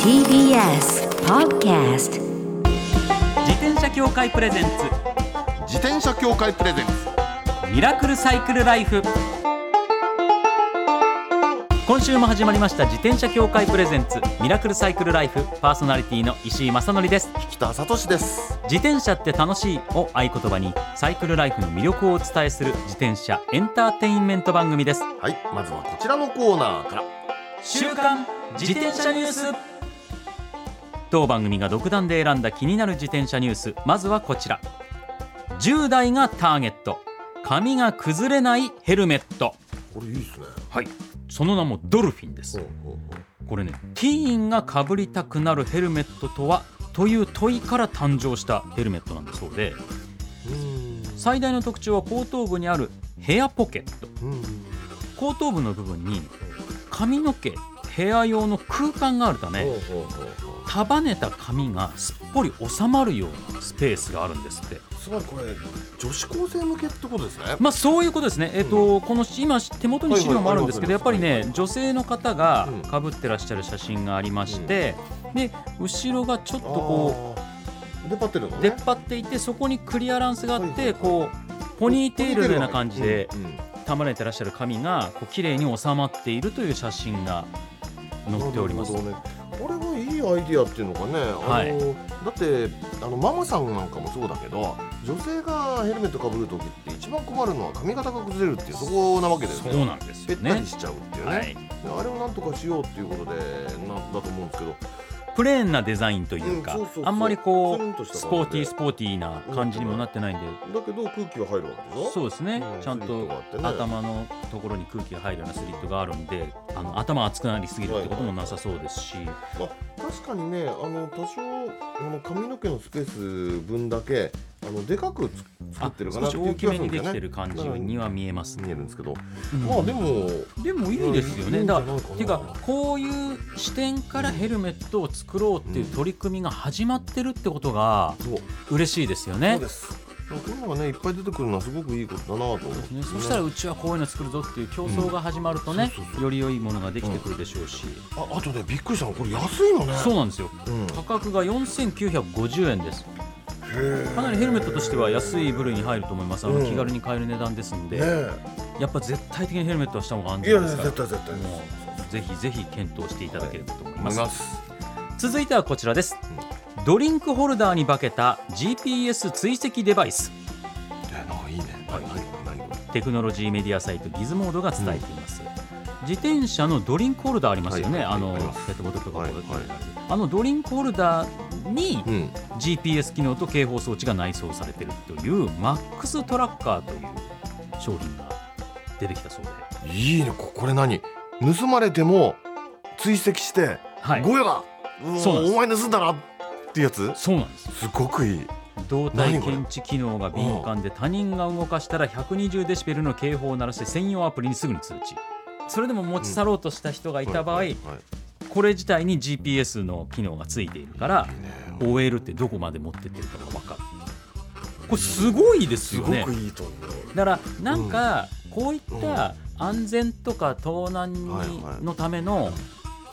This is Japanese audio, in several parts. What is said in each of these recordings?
TBS Podcast 自転車協会プレゼン自転車協会プレゼンツツミラクルサイクルライフ今週も始まりました自転車協会プレゼンツミラクルサイクルライフパーソナリティの石井正則です北里志です自転車って楽しいを合言葉にサイクルライフの魅力をお伝えする自転車エンターテインメント番組ですはいまずはこちらのコーナーから週刊自転車ニュース当番組が独断で選んだ気になる自転車ニュースまずはこちら10代がターゲット髪が崩れないヘルメットこれいいですねはいその名もドルフィンですこれねティーンがかぶりたくなるヘルメットとはという問いから誕生したヘルメットなんだそうで最大の特徴は後頭部にあるヘアポケット後頭部の部分に髪の毛ヘア用の空間があるため束ねた髪がすっぽり収まるようなスペースがあるんですってつまりこれ女子高生向けってことですねまあそういうことですね、えっとこの今、手元に資料もあるんですけど、はやっいはぱいりね、女性の方がうんかぶってらっしゃる写真がありまして、で後ろがちょっとここう出っ張ってるのう、ね出っ張っていて、そこにクリアランスがあっはいはいて、こうポニーテールのような感じでうんうん束ねてらっしゃる髪がこう綺麗に収まっているという写真が載っておりますな。るほどね、これはいいアイディアっていうのかね、はいあのだってあのママさんなんかもそうだけど女性がヘルメットかぶるときって一番困るのは髪型が崩れるっていうそこなわけですそねうなんですぺよったねり。しちゃうっていうね、はい、であれをなんとかしようっていうことでなだと思うんですけどプレーンなデザインといううかんそうそうそ、うあんまりこツルンとしうた感じでスポーティースポーティーな感じにもなってないんで、だけど空気は入るわけでしょそうですねう、んちゃんスリッとトがあってね頭のところに空気が入るようなスリットがあるんで、あの頭熱くなりすぎるってこともなさそうですし、確かにねあの多少あの髪の毛のスペース分だけあのでかくつ作あってるかな少っしていう大気きがすめにできてるんだよねる感じには見えます。見えるんですけど、うんまあでもでもいいですよね。だからいいんじゃないかなてかこういう視点からヘルメットを作ろうっていう取り組みが始まってるってことがそう嬉しいですよそうねで。すこういうのがねいっぱい出てくるのはすごくいいことだなと思って、ね、そしたらうちはこういうの作るぞっていう競争が始まるとね、そうそうそうより良いものができてくるでしょうし、ああとねびっくりしたのこれ安いのねそうなんですようん価格が4950円ですへえかなりヘルメットとしては安い部類に入ると思いますあうのん気軽に買える値段ですんで、ねやっぱ絶対的にヘルメットはした方が安えいや全ですから絶対絶対もうぜひぜひ検討していただければと思い思まいす、ます続いてはこちらですドリンクホルダーに化けた GPS 追跡デバイスえなんかいいねはい何何何こテクノロジーメディアサイトギズモードが伝えています、自転車のドリンクホルダーありますよね、はいはいあのありますペットボトルとかはいこうやってあのドリンクホルダーにれうん GPS 機能と警報装置が内装されているというマックストラッカーという商品が出てきたそうで、いいねここれ何盗まれても追跡してはい、ゴヤだうそうなんですお前盗んだなっていうやつそうなんですすごくいい動体何これ検知機能が敏感で他人が動かしたら120デシベルの警報を鳴らして専用アプリにすぐに通知それでも持ち去ろうとした人がいた場合、はいはいこれ自体に GPS の機能がついているからいいね OL ってどこまで持ってってるかが分かるこれすごいですすよごねくいいと思うだからなんかこういった安全とか盗難にはいはいのための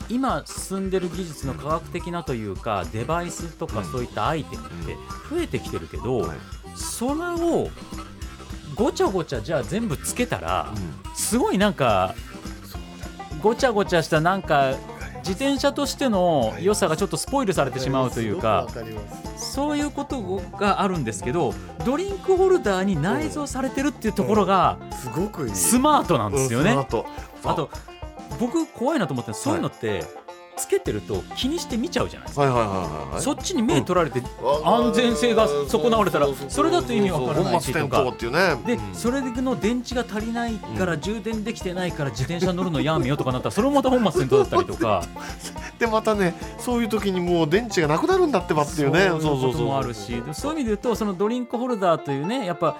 今進んでる技術の科学的なというかデバイスとうかんそういったアイテムって増えてきてるけどはいそれをごちゃごちゃじゃあ全部つけたらうんすごいなんかごちゃごちゃしたなんか自転車としての良さがちょっとスポイルされてしまうというかわかりますそういうことがあるんですけどドリンクホルダーに内蔵されてるっていうところがすごくいいスマートなんですようんね。その後あと僕怖いなと思ってそういうのってつけてると気にして見ちゃうじゃないですか。はいはいはいはいはいそっちに目取られて安安全性が損なわれたらそれだと意味わからないしとかっていうねでうんそれの電池が足りないからう充電できてないから自転車乗るのやめよとかなったらそれもまた本末転倒だったりとかでまたねそういう時にもう電池がなくなるんだってばっていうねそういうこともあるしでもそういう意味で言うとそのドリンクホルダーというねやっぱ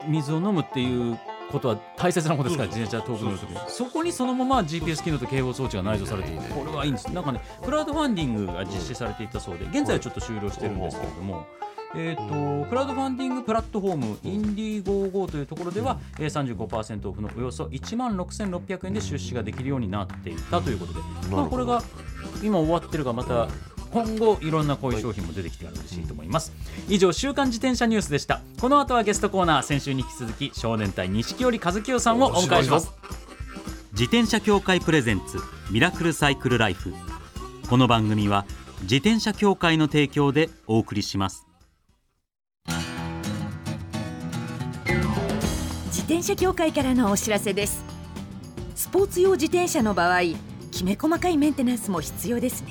うん水を飲むっていうことは大切なことですからそう自そう転車遠く乗るときにそうそこにそのまま GPS 機能と警報装置が内蔵されているいいねいいこねれはいいんですなんかねクラウドファンディングが実施されていたそうで現在はちょっと終了してるんですけれどもえーとクラウドファンディングプラットフォームインディーゴーゴーというところでは、えー、35%オフのおよそ1万6600円で出資ができるようになっていたということで、どまあ、これが今終わってるがまた今後いろんなこういう商品も出てきて嬉しいと思います以上週刊自転車ニュースでしたこの後はゲストコーナー先週に引き続き少年隊錦織和清さんをお迎えします自転車協会プレゼンツミラクルサイクルライフこの番組は自転車協会の提供でお送りします自転車協会からのお知らせですスポーツ用自転車の場合きめ細かいメンテナンスも必要ですね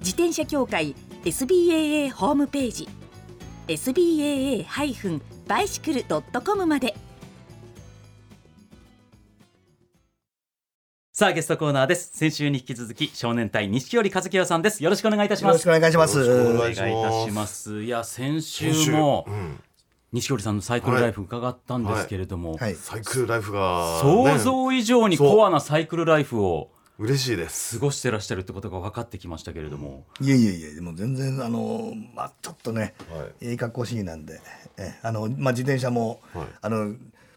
自転車協会 SBAA ホームページ SBAA-bicycle.com までさあゲストコーナーです先週に引き続き少年隊錦織和樹さんですよろしくお願いいたしよまろしすくお願いしまよろしくお願す。お願いいたしますいや先週もうん錦織さんのサイクルライフ伺ったんですけれども、はい。サイクルライフが、ね、想像以上にコアなサイクルライフを嬉しいです過ごしてらっしゃるってことが分かってきましたけれども、いやいやいや、でも全然、あの、まあ、ちょっとね、はいいい格好主義なんで、えあの、まあ、自転車も、はいあの、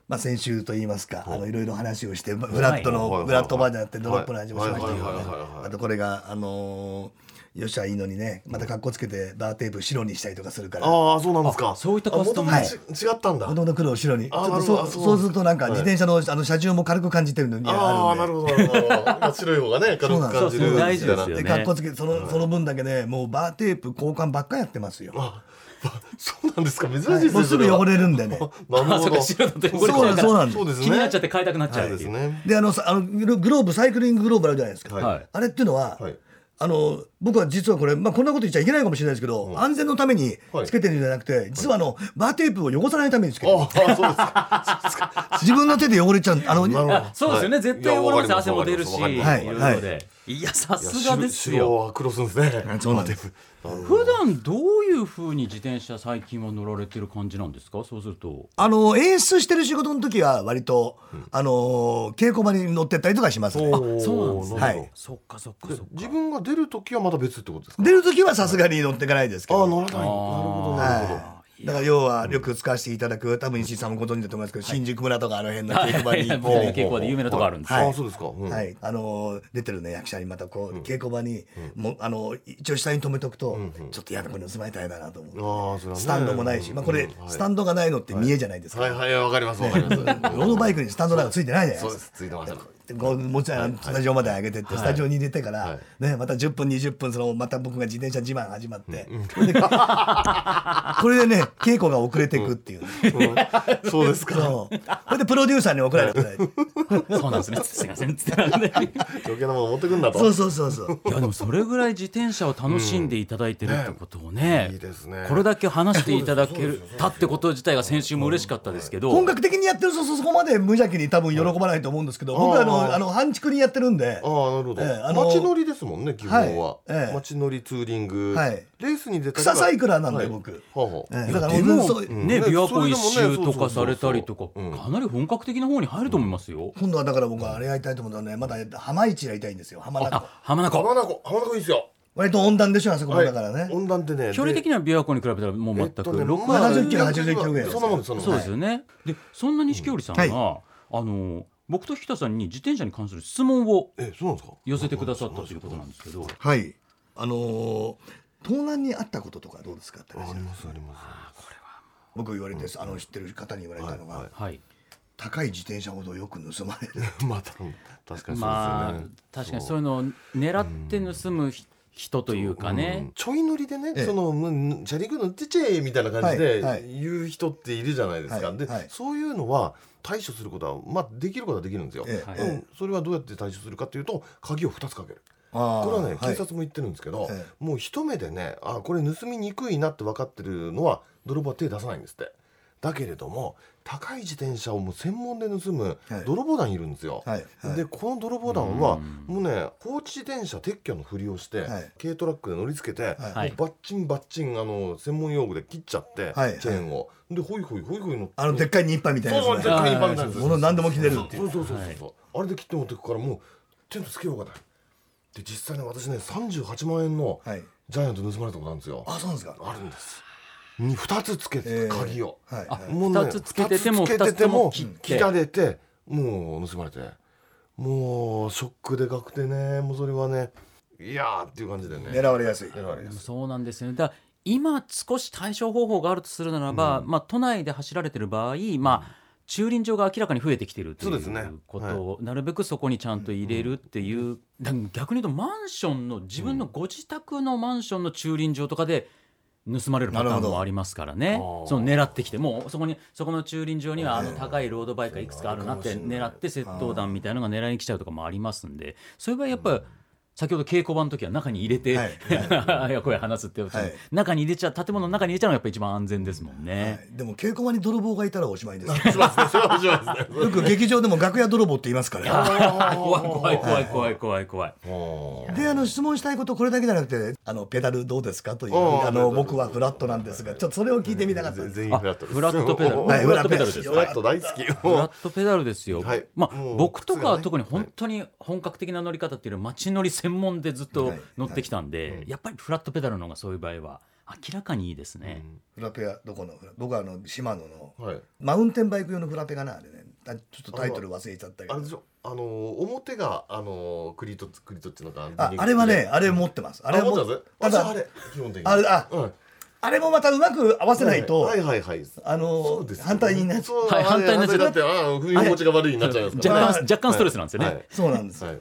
まあ、先週といいますか、あの、いろいろ話をして、まあいフラットはいはいはいの、フラットバージョンやって、ドロップの話もしましたけはどいはいはねいはいは、いあとこれが、あの、よっしゃいいのにね、また格好つけて、バーテープ白にしたりとかするから、もああそうなんですかあそういったカスタムあ元々ち違ったんだともと黒を白に、ちあょっとなるそほうどそうそうするとなんはか、い自転車の、あの、車重も軽く感じてるのに、ああなるほど。ほどなるほどまあ白い方がね軽く感じそうなんるですよ大事ですよねで、格好つけ、その、その分だけね、もうバーテープ交換ばっかやってますよ。あそうなんですか珍しいですね、もうすぐ汚れるん でね。なるあほそうかど白だと汚れちゃうからそうなんですそうですね気になっちゃって買いたくなっちゃそううってでいすう、ねであのさあのグログローブサイクリンググローブあるじゃないですか、はいはいあれっていうのは、はいあの僕は実はこれ、まあ、こんなこと言っちゃいけないかもしれないですけど、安全のためにはいつけてるんじゃなくて、実はあのバーテープを汚さないためにつけてるああそうですか 自分の手で汚れちゃうあのなるほどあそうですよね、はい絶対汚れます汗も出るし、いやわかりいますわかいりろいまはすろでいやさいやすがですよ白は黒するんですねあそうなんです普段どういうふうに自転車最近は乗られてる感じなんですかそうするとあの演出してる仕事の時は割と、あの稽古場に乗ってったりとかしますねそうなんですね、なるほどはいそっかそっかでそっか自分が出るときはまた別ってことですか出る時はさすがに乗っていかないですけああど乗らないなるほどなるほどはい、だから要はよく使わせていただく多分石井さんもご存知だと思いますけど、新宿村とかあの辺の稽 古場に行って、はい結構で有名なとこあるんですよはいあそうですかうんはい、あのー出てるね役者にまたこう、稽古場に、もうあの一応下に止めとくと、ちょっとやだこれ盗まれたら嫌だなと思って、ああそれはねスタンドもないし、まあこれ、うんはいスタンドがないのって見えじゃないですか、はいはいわかりますわかります ロードバイクにスタンドなんかついてないじゃないそでうすですつか。いてますでこう持ちあのスタジオまで上げてって、スタジオに入れてから、はいね、また10分20分そのまた僕が自転車自慢始まって、でこれでね稽古が遅れていくっていう、うんそうですか そうこれでプロデューサーに怒られてないそうなんですねすいませんっつってなんで 余計なもの持ってくんだとそうそうそうそういやでもそれぐらい自転車を楽しんでいただいてるってことをね,、うんいいですねこれだけ話していただけるたってこと自体が先週も嬉しかったですけど本格的にやってるとそそこまで無邪気に多分喜ばないと思うんですけど、僕はあのあの半畜にやってるんでああなるほど、ええあの街乗りですもんね基本は、はいええ街乗りツーリング、はいレースに出たりは草サイクラーなんはでい僕、ほうほうええいやだからでもそうね、う琵ん琶そ湖れで一もね周とそうそうそうそかうされたりとかうんかなり本格的な方に入ると思いますよ。今度はだから僕はあれやりたいと思ったんでまだ浜市やりたいんですよ浜中湖あ浜名湖浜名湖浜名湖いいですよ割と温暖でしょあそこもだからね、はい温暖でね距離的にには琵琶湖に比べたらもう全く、六まあ70キロ80 80キロぐらいそんなもんですそんなそもうんでですすよね。でそんな錦織さんが、うんあの僕と引田さんに自転車に関する質問をえそうなんですか寄せてくださったということなんですけど。はいあのー盗難にあったこととかどうですかってあ話りますあります僕言われて、あの知ってる方に言われたのが、はいはいはい高い自転車ほどよく盗まれるまあた確かにそうですよね、まあ確かにそういうのを狙って盗むひ人というかうねん、ちょい乗りでね、ええそのむチャリング乗ってちゃえみたいな感じではいはい言う人っているじゃないですか、はいで、はいそういうのは対処することは、まあ、できることはできるんですよ、ええでもそれはどうやって対処するかというと鍵を2つかけるあこれはね、はい警察も言ってるんですけど、えもう一目でねあこれ盗みにくいなって分かってるのは泥棒は手出さないんですってだけれども高い自転車をもう専門で盗むはい泥棒団いるんですよ、はいはいでこの泥棒団はうんもうね放置自転車撤去のふりをして、はい軽トラックで乗り付けて、はいもうバッチンバッチンあの専門用具で切っちゃって、はいチェーンをでホイホイホイホイ乗ってあのでっかいニッパーみたいなそうそうでっかいニッパーみたいなやつもの何でも切れるっていそううそうそうそうそう、あれで切って持ってくからもうテントつけようがないで実際ね私ね38万円のはいジャイアント盗まれたことあるんですよ、あそうなんですかあるんですに2つつけてええ鍵を、はいあはいもうね二つつけてても二つつけてても二つとも切って切られてもう盗まれてもうショックでかくてねもうそれはねいやーっていう感じでね狙われやすい狙われますそうなんですよねだから今少し対処方法があるとするならば、まあ、都内で走られてる場合、まあ、駐輪場が明らかに増えてきてるといそうですねうことを、なるべくそこにちゃんと入れるっていう、だから逆に言うとマンションの自分のご自宅のマンションの駐輪場とかで盗まれるパターンもありますからねほどその狙ってきてもうそこにそこの駐輪場にはあのはい高いロードバイクがいくつかあるなってそういうのあるかもしれな狙いって窃盗団みたいなのが狙いに来ちゃうとかもありますんでそういう場合やっぱり先ほど稽古場の時は中に入れて、はい いや声話すって、はい中に入れちゃう建物の中に入れちゃうのがやっぱ一番安全ですもんね。はいでも稽古場に泥棒がいたらおしまいですしますねそれはしますねよく劇場でも楽屋泥棒って言いますから怖い怖 い怖い怖い怖い怖い。おーであの質問したいことこれだけじゃなくてあのペダルどうですかというあーペあダのル僕はフラットなんですがちょっとそれを聞いてみたかった全です全あ員フラットですフラットペダルおーはいフラットペダルフです。フラット大好きフラットペダルですよ。はいまあもう僕とかは靴特がねに本当に本格的な乗り方っていうより街乗り専門でずっとはい乗ってきたんで、はいやっぱりフラットペダルの方がそういう場合は明らかにいいですね。フラペはどこのフラ僕はあの島野のはいマウンテンバイク用のフラペかなあれねあちょっとタイトル忘れちゃったけあれどでしょあのー表があのークリートクリートっていうのかああれはねあれ持ってますああれれは持持っっててますたあだれ基本的にあれあうんあれもまたうまく合わせないとはいはいはいはいあそのうですよ反対になっちゃそううはいあれ反対になっちゃう反対だってああ踏み心地が悪いになっちゃいます若から干はい若干ストレスなんですよね。はいはいそうなんですはい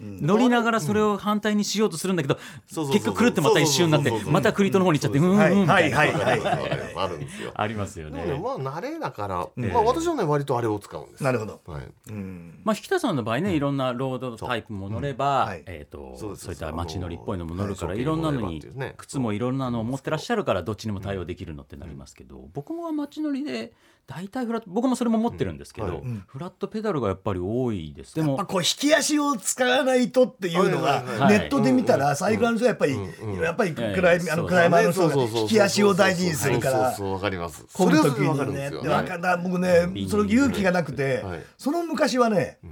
乗りながらそれを反対にしようとするんだけど、そうそうそう結局狂ってまた一周になってそうそうそうそうまたクリートの方に行っちゃってううんんうんみたいなはいはいはいはいあるんですよありますよでねも。ねまあ慣れだからんまあ私はね割とあれを使うんですなるほどはいうんまあ、引田さんの場合ね、いろんなロードタイプも乗れば、うんはいえー、とそそううですいった街乗りっぽいのも乗るから、あのい、ろんなのはいにショッピングモールがあってね靴もいろんなのを持ってらっしゃるからどっちにも対応できるのってなりますけど、僕も街乗りで大体フラット僕もそれも持ってるんですけど、はいうんフラットペダルがやっぱり多いですでやっぱもこう引き足を使わないとっていうのはいはいはがいネットで見たらサイクルの人はやっぱりうんうんやっぱりクうんライうんあのクライマーの人がそうそうそうそう引き足を大事にするかそうらそうそうわかります混むそれは時それわかるんにでねすよだから僕ねうんその勇気がなくてはいその昔はねん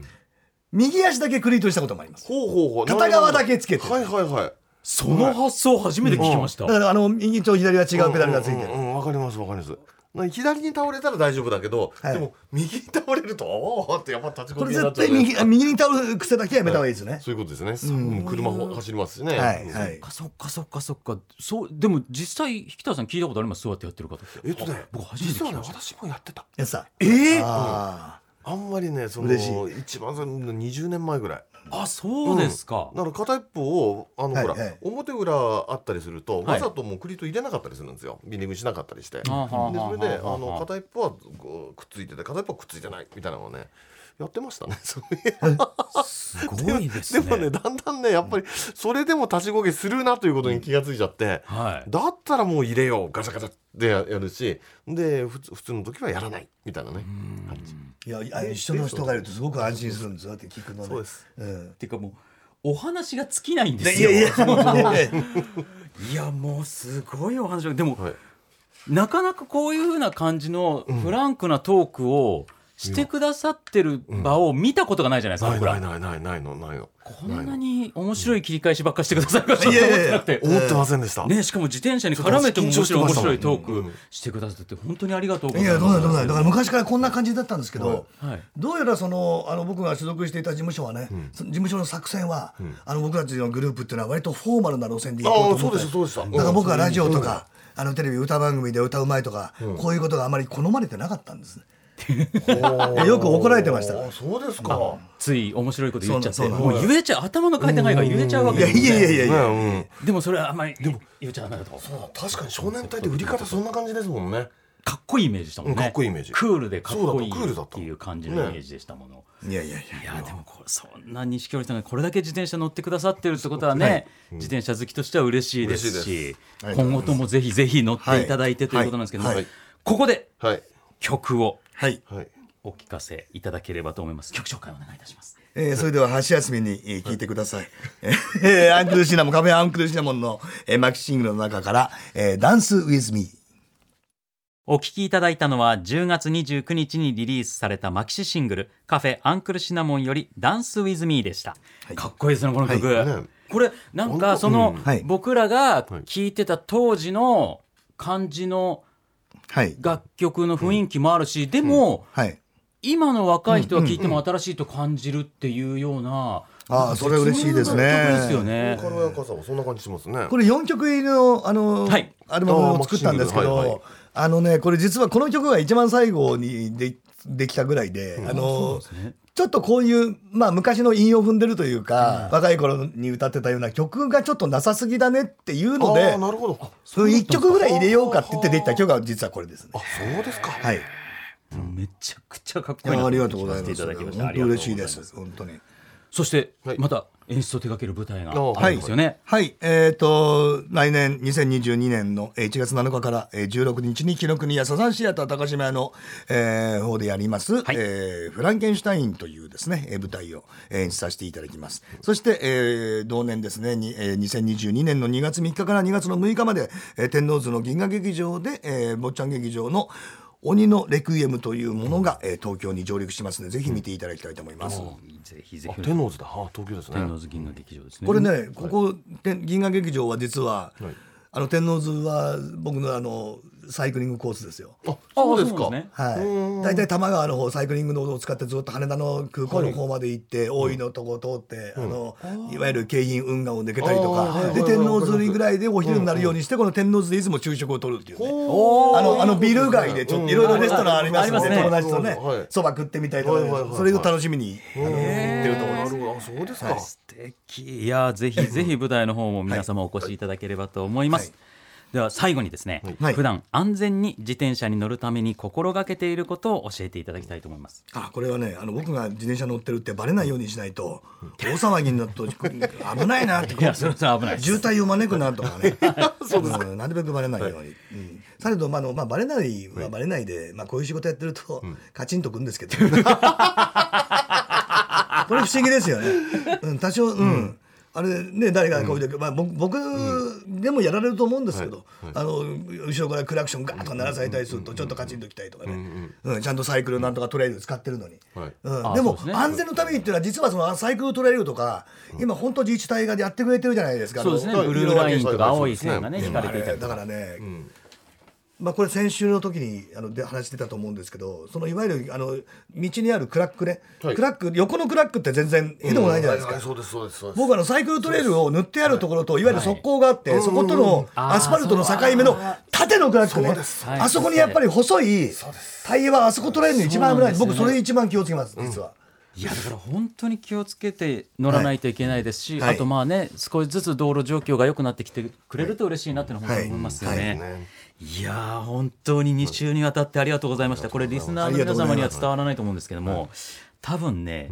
右足だけクリートしたこともありますほうほうほう片側だけつけてはいはいはいその発想初めて聞きました、だからあの右と左は違うペダルがついてうんうるんうんわかりますわかりますな左に倒れたら大丈夫だけど、はいでも右に倒れるとおおってやっぱ立ち込これみになっちゃう絶対じゃないです右か右に倒る癖だけはやめた方がいいですねそういうことですね、うん車も走りますしねはいうんはいそっかそっかそっかそっかそうでも実際引田さん聞いたことありますそうやってやってる方ってえっとね僕初めて聞実はきねました私もやってたやつさえーああんまりねその嬉し一番最初の20年前ぐらいあそうですか、だから片一方をあの、はいほら、はい表裏あったりすると、はいわざともうクリート入れなかったりするんですよビニングしなかったりして、あはあはあでそれであはあはのあ片一方はこうくっついてて片一方はくっついてないみたいなのをねやってましたね そういうすごいですでねもねだんだんねやっぱりそれでも立ちこけするなということに気がついちゃって、はいだったらもう入れようガチャガチャってやるしで普通普通の時はやらないみたいなね感じーいやあの一緒の人がいるとすごく安心するんですよって聞くのそうですうんっていうかもうお話が尽きないんでですいよやいやいやもうすごいお話がでも、はいなかなかこういうふうな感じのフランクなトークをしてくださってる場を見たことがないじゃないですか、ない僕らないないないないのないのこんなに面白い切り返しばっかしてくださるかと思っいやいやいてやなくて。思ってませんでした、ね、しかも自転車に絡めても面白いちょっ面と緊張してましたもん白いトーうクんしてくださって本当にありがとうございいます。やどうなんどうなんだから昔からこんな感じだったんですけど、はいどうやらそのあの僕が所属していた事務所はね、その事務所の作戦は、あの僕たちのグループっていうのは割とフォーマルな路線で行こうと思ってああそうでしたそうでしただから僕はラジオとか、あのテレビ歌番組で歌うまいとか、うんこういうことがあまり好まれてなかったんですねほうよく怒られてましたからあそうですか。つい面白いこと言っちゃってそうなのもう言えちゃう頭の回転がいいから言えちゃうわいけやですいやいやいやいや、ねうんでもそれはあんまり言っちゃダメだとそうだ確かに少年隊って売り方そんな感じですもんね。かっこいいイメージしたもんね、うんかっこいいイメージクールでかっこいいそうだクールだったっていう感じのイメージでしたもの、いやいやいいややでもこれそんな錦織さんがこれだけ自転車乗ってくださってるってことはね、自転車好きとしては嬉しいですし嬉しいはい今後ともぜひぜひ乗っていただいてということなんですけども、はいはいここではい曲をはい、はい。お聞かせいただければと思います曲紹介お願いいたしますえーそれでは箸休みにえー聞いてください、えーアンクルシナモンカフェアンクルシナモンの、えーマキシングルの中から「えーダンスウィズミーお聴きいただいたのは10月29日にリリースされたマキシシングル「カフェアンクルシナモン」より「ダンスウィズミーでした、かっこいいですねこの曲、はいねこれなんかその、んはい僕らが聴いてた当時の感じのはい楽曲の雰囲気もあるし、でも、はい今の若い人は聴いても新しいと感じるっていうような、ああそれ嬉しいです絶妙ねな曲ですよね軽やかさはそんな感じしますね。これ4曲入りのあの、はいアルバムを作ったんですけど、あーマキシングルはいはいあのねこれ実はこの曲が一番最後にでできたぐらいで、あのちょっとこういう、まあ、昔の韻を踏んでるというか、若い頃に歌ってたような曲がちょっとなさすぎだねっていうのあでーなるほど。あ1曲ぐらい入れようかって言ってできた曲が実はこれですね。そうですか。はい、めちゃくちゃかっこいいなありがとうござい聞かせてまいす。ただき本ました当嬉しいです。本当に。そして、はいまた演出を手掛ける舞台がああるんですよね、はい、えっ、と、来年2022年のえー1月7日からえー16日に、紀ノ国屋サザンシアター高島屋の、えー方でやります、はいえーフランケンシュタインというですね、えー舞台をえー演出させていただきます。そして、えー同年ですね、にえー2022年の2月3日から2月の6日まで、えー天王洲の銀河劇場で、えー坊ちゃん劇場の鬼のレクイエムというものが、えー東京に上陸しますので、ぜひ見ていただきたいと思います。ぜひぜあひ天王寺だ。あ東京ですね。天王寺銀河劇場ですねこれね、ここ、て銀河劇場は実は、はいあの天王洲は僕のあのサイクリングコースですよ。あそうですあそかう。なんですねはい、大体多摩川の方サイクリングの方を使ってずっと羽田の空港の方まで行って、大井のとこ通って、あのいわゆる京浜運河を抜けたりとあーはいかはいではい天王洲ぐらいでお昼になるようにして、この天王洲でいつも昼食を取るっていうね。おーあのあのビル街でちょっといろいろレストランありますので、ありますね友達とねはいそば、食ってみたいとかね、はいはいはいはいそれを楽しみに、あの行ってるところなるほど。あそうですか。素敵いやーぜひぜひ舞台の方も皆様お越しいただければと思います、はでは最後にですね、はい普段安全に自転車に乗るために心がけていることを教えていただきたいと思いますあこれはねあの僕が自転車乗ってるってバレないようにしないと大騒ぎになると危ないなっていやそれは危ないです渋滞を招くなとかね そうですなるべくバレないように、うんされど、まああのまあ、バレないはバレないで、まあ、こういう仕事やってると、カチンとくんですけど これ不思議ですよね、うん、多少うん、あれね、誰がこういう時、まあ、僕僕でもやられると思うんですけど、あの後ろからクラクションガーッとか鳴らされたりするとちょっとカチンときたりとかね、うんちゃんとサイクルなんとかトレイル使ってるのに、はいうん、あでもそうですね安全のためにっていうのは実はそのサイクルトレイルとか、今本当自治体がやってくれてるじゃないですかあそのうですねはいブルーラインとかそ青ういですね線がね引かれていたりだからね、まあ、これ先週の時にあので話してたと思うんですけどそのいわゆるあの道にあるクラックね、はいクラック横のクラックって全然絵でもないじゃないですか。はそうですそうですそうです。僕あのサイクルトレイルを塗ってあるところといわゆる側溝があって、そことのアスファルトの境目の縦のクラックねはいあそこにやっぱり細いタイヤはあそこ取れるの一番危ないそうなん僕ですそよねれ一番気をつけます実は、いやだから本当に気をつけて乗らないといけないですし、はいはいあとまあね少しずつ道路状況が良くなってきてくれると嬉しいなっていうのは本当に思いますよね。いねやー本当に2週にわたってありがとうございました。これリスナーの皆様には伝わらないと思うんですけども、多分ね、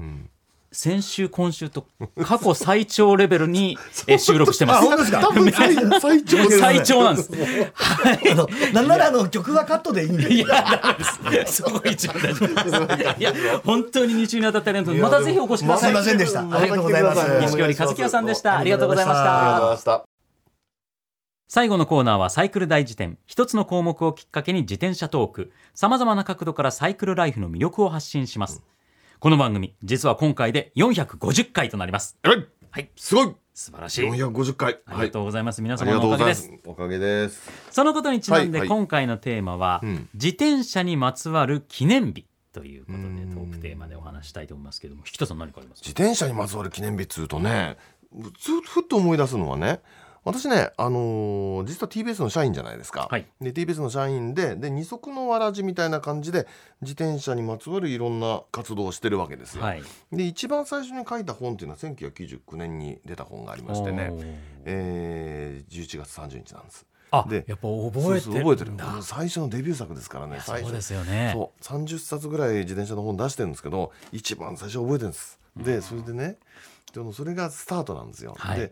先週今週と過去最長レベルにえ収録してます。ですか多 分最最長です最長なんです。あのなんならあの曲はカットでいいんでいや、ダメです。そこ一番大丈夫です。いや、本当に2週にわたってありがとうございますまたぜひお越しくだすさい。いませんでしたありがとうございますまた来てください錦織和樹さんでした。あありりががとうごとうございまざいまししたありがとうた。ございました。最後のコーナーはサイクル大辞典。一つの項目をきっかけに自転車トーク。様々な角度からサイクルライフの魅力を発信します。この番組、実は今回で450回となります。えらいはい。すごい。素晴らしい。 450回。ありがとうございます。皆あり様がのとうおかござげいまですす。。おかげです。そのことにちなんはでい今回のテーマは、うん自転車にまつわる記念日ということでトークテーマでお話したいと思いますけども引田さん何かあります自転車にまつわる記念日っつうとねふふっと思い出すのはね私ね、あのー実は TBS の社員じゃないですか、はいで TBS の社員でで二足のわらじみたいな感じで自転車にまつわるいろんな活動をしてるわけですよ、はいで一番最初に書いた本っていうのは1999年に出た本がありましてね、えー、11月30日なんですあでやっぱ覚えそてるんうそうだ覚えてるこの最初のデビュー作ですからね最そう初ですよねそう30冊ぐらい自転車の本出してるんですけど一番最初覚えてるんですでそれでねでもそれがスタートなんですよ、はいで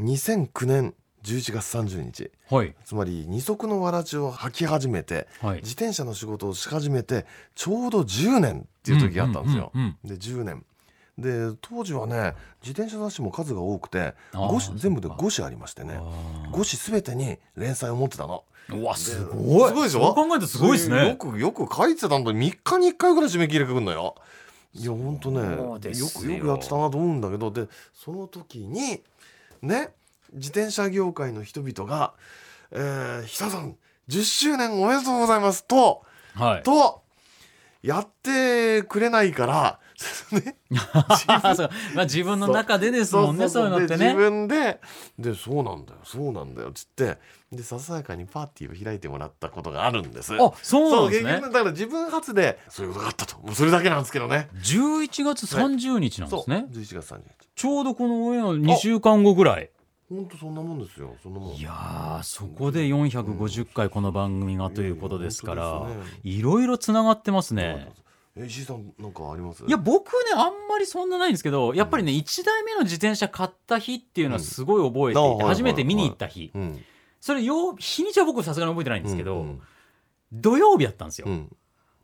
2009年11月30日はいつまり二足のわらじを履き始めてはい自転車の仕事をし始めてちょうど10年っていう時があったんですよ、うんうんで10年で当時はね自転車雑誌も数が多くてあー五そ誌っか全部で5誌ありましてね5誌全てに連載を持ってたのうんうわすごいすごいでしそうょ考えるとすごいですねよくよく書いてたんだ3日に1回ぐらい締め切りが来るのよいやほんとねそうですよくよくやってたなと思うんだけどでその時にね自転車業界の人々が「えー、ひささん10周年おめでとうございます」とはいとやってくれないから、 ね、あそうまあ自分の中でですもん ねそういうのってでね自分ででそうなんだよそうなんだよっつってでささやかにパーティーを開いてもらったことがあるんですあそうそなうんですね結局だから自分発でそういうことがあったともうそれだけなんですけどね11月30日なんでそすうね、 11月30日ちょうどこのオンエアの2週間後ぐらい本当そんなもんですよそんなもんいやーそこで450回この番組がということですかいやいらや本当ですねいろいろつながってますね。え石井さんなんかありますいや僕ねあんまりそんなないんですけどやっぱりね1台目の自転車買った日っていうのはすごい覚えてうんあはいいてはい初めて見に行った日うんそれ曜日にちは僕さすがに覚えてないんですけうどん土曜日だったんですうよん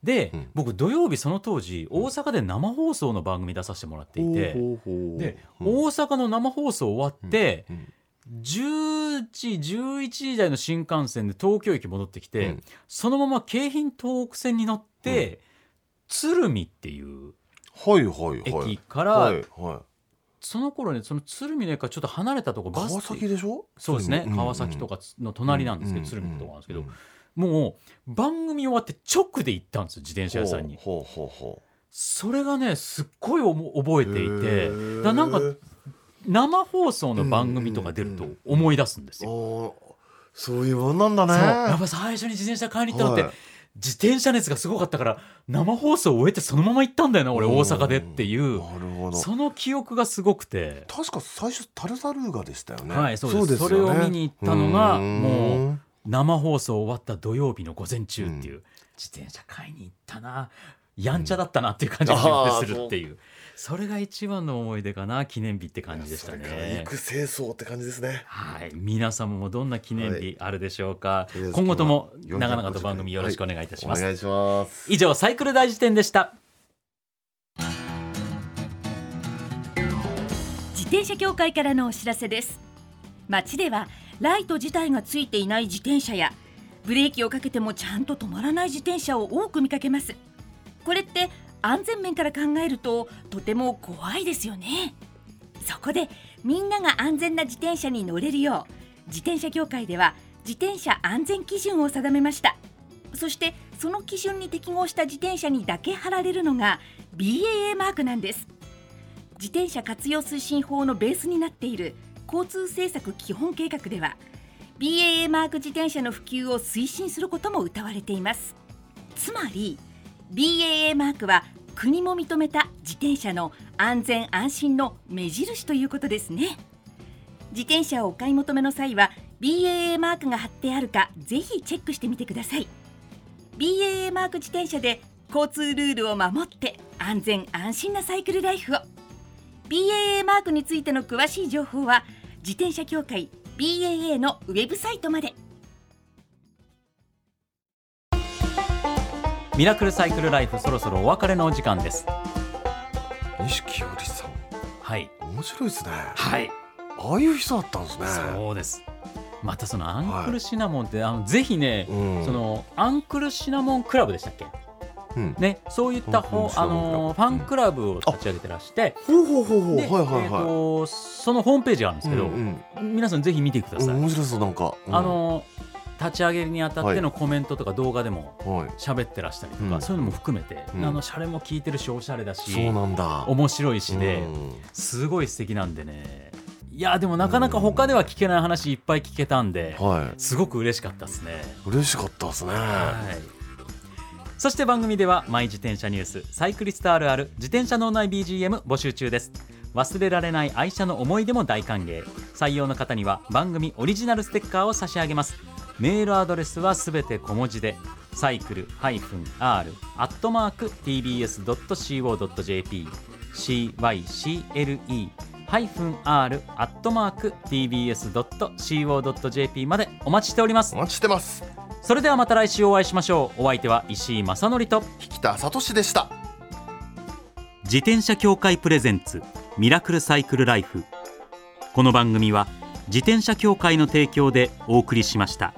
でうん僕土曜日その当時大阪で生放送の番組出させてもらっていてほうほうほうでう大ん阪の生放送終わってうん10時11時台の新幹線で東京駅戻ってきて、うんそのまま京浜東北線に乗って、鶴見っていうはいはいはい駅から、はいはいその頃ねその鶴見の駅からちょっと離れたとこバス川崎でしょそうですね、ん川崎とかの隣なんですけど、う鶴見のとこなんですけど、うもう番組終わって直で行ったんですよ自転車屋さんにほうほうほそれがねすっごいおも覚うほうえていへてーだからなんか生放送の番組とか出ると思い出すんですよ、おーそういうもんなんだそうやっねぱ最初に自転車買いに行ったのって、はい自転車熱がすごかったから生放送を終えてそのまま行ったんだよな俺うん大阪でっていうなるほどその記憶がすごくて、確か最初タルタルーガでしたよね。はいそうですそよれを見に行ったのがうーんも生放送終わった土曜日の午前中っていう、自転車買いに行ったなやんちゃだったなっていう感じがうんあーするっていう、それが一番の思い出かな記念日って感じでしたそれから行ね。く清掃って感じですね。はい、皆様もどんな記念日あるでしょうか、とりあえず今後とも今日は長々と番組よろしくお願いいたします、お願いします。以上サイクル大辞典でした自転車協会からのお知らせです街ではライト自体がついていない自転車やブレーキをかけてもちゃんと止まらない自転車を多く見かけますこれって安全面から考えるととても怖いですよねそこでみんなが安全な自転車に乗れるよう自転車協会では自転車安全基準を定めましたそしてその基準に適合した自転車にだけ貼られるのが BAA マークなんです自転車活用推進法のベースになっている交通政策基本計画では BAA マーク自転車の普及を推進することも謳われていますつまり BAA マークは国も認めた自転車の安全安心の目印ということですね自転車をお買い求めの際は BAA マークが貼ってあるかぜひチェックしてみてください BAA マーク自転車で交通ルールを守って安全安心なサイクルライフを BAA マークについての詳しい情報は自転車協会 BAA のウェブサイトまでミラクルサイクルライフそろそろお別れのお時間です錦織さんはい面白いですね。はいああいう人だったんですね。そうですまたそのアンクルシナモンって、あのぜひね、うんそのアンクルシナモンクラブでしたっけうんね、そういったほ、アンクルシナあモンクのラブファンクラブを立ち上げてらして、ほうほうほうほう。ではいはいえーはとそのホームページがあるんですい。けど、うん皆さんぜひ見てくだうんさい、面白そうなんか。うんあの立ち上げにあたってのコメントとか動画でもはい。喋ってらしたりとか、うんそういうのも含めて、うんあのシャレも効いてるしおしゃれだしそうなんだ。面白いしで、うんすごい素敵なんでねいやでもなかなか他では聞けない話いっぱい聞けたんで、はすごく嬉しかったですね。い嬉しかったですねはい。そして番組ではマイ自転車ニュースサイクリストあるある自転車脳内 BGM 募集中です。忘れられない愛車の思い出も大歓迎。採用の方には番組オリジナルステッカーを差し上げます。メールアドレスはすべて小文字でサイクル -r アットマーク tbs.co.jp cycle -r アットマーク tbs.co.jp までお待ちしておりますお。待ちしてますそれではまた来週お会いしましょうお相手は石井正則と引田聡でした自転車協会プレゼンツミラクルサイクルライフこの番組は自転車協会の提供でお送りしました。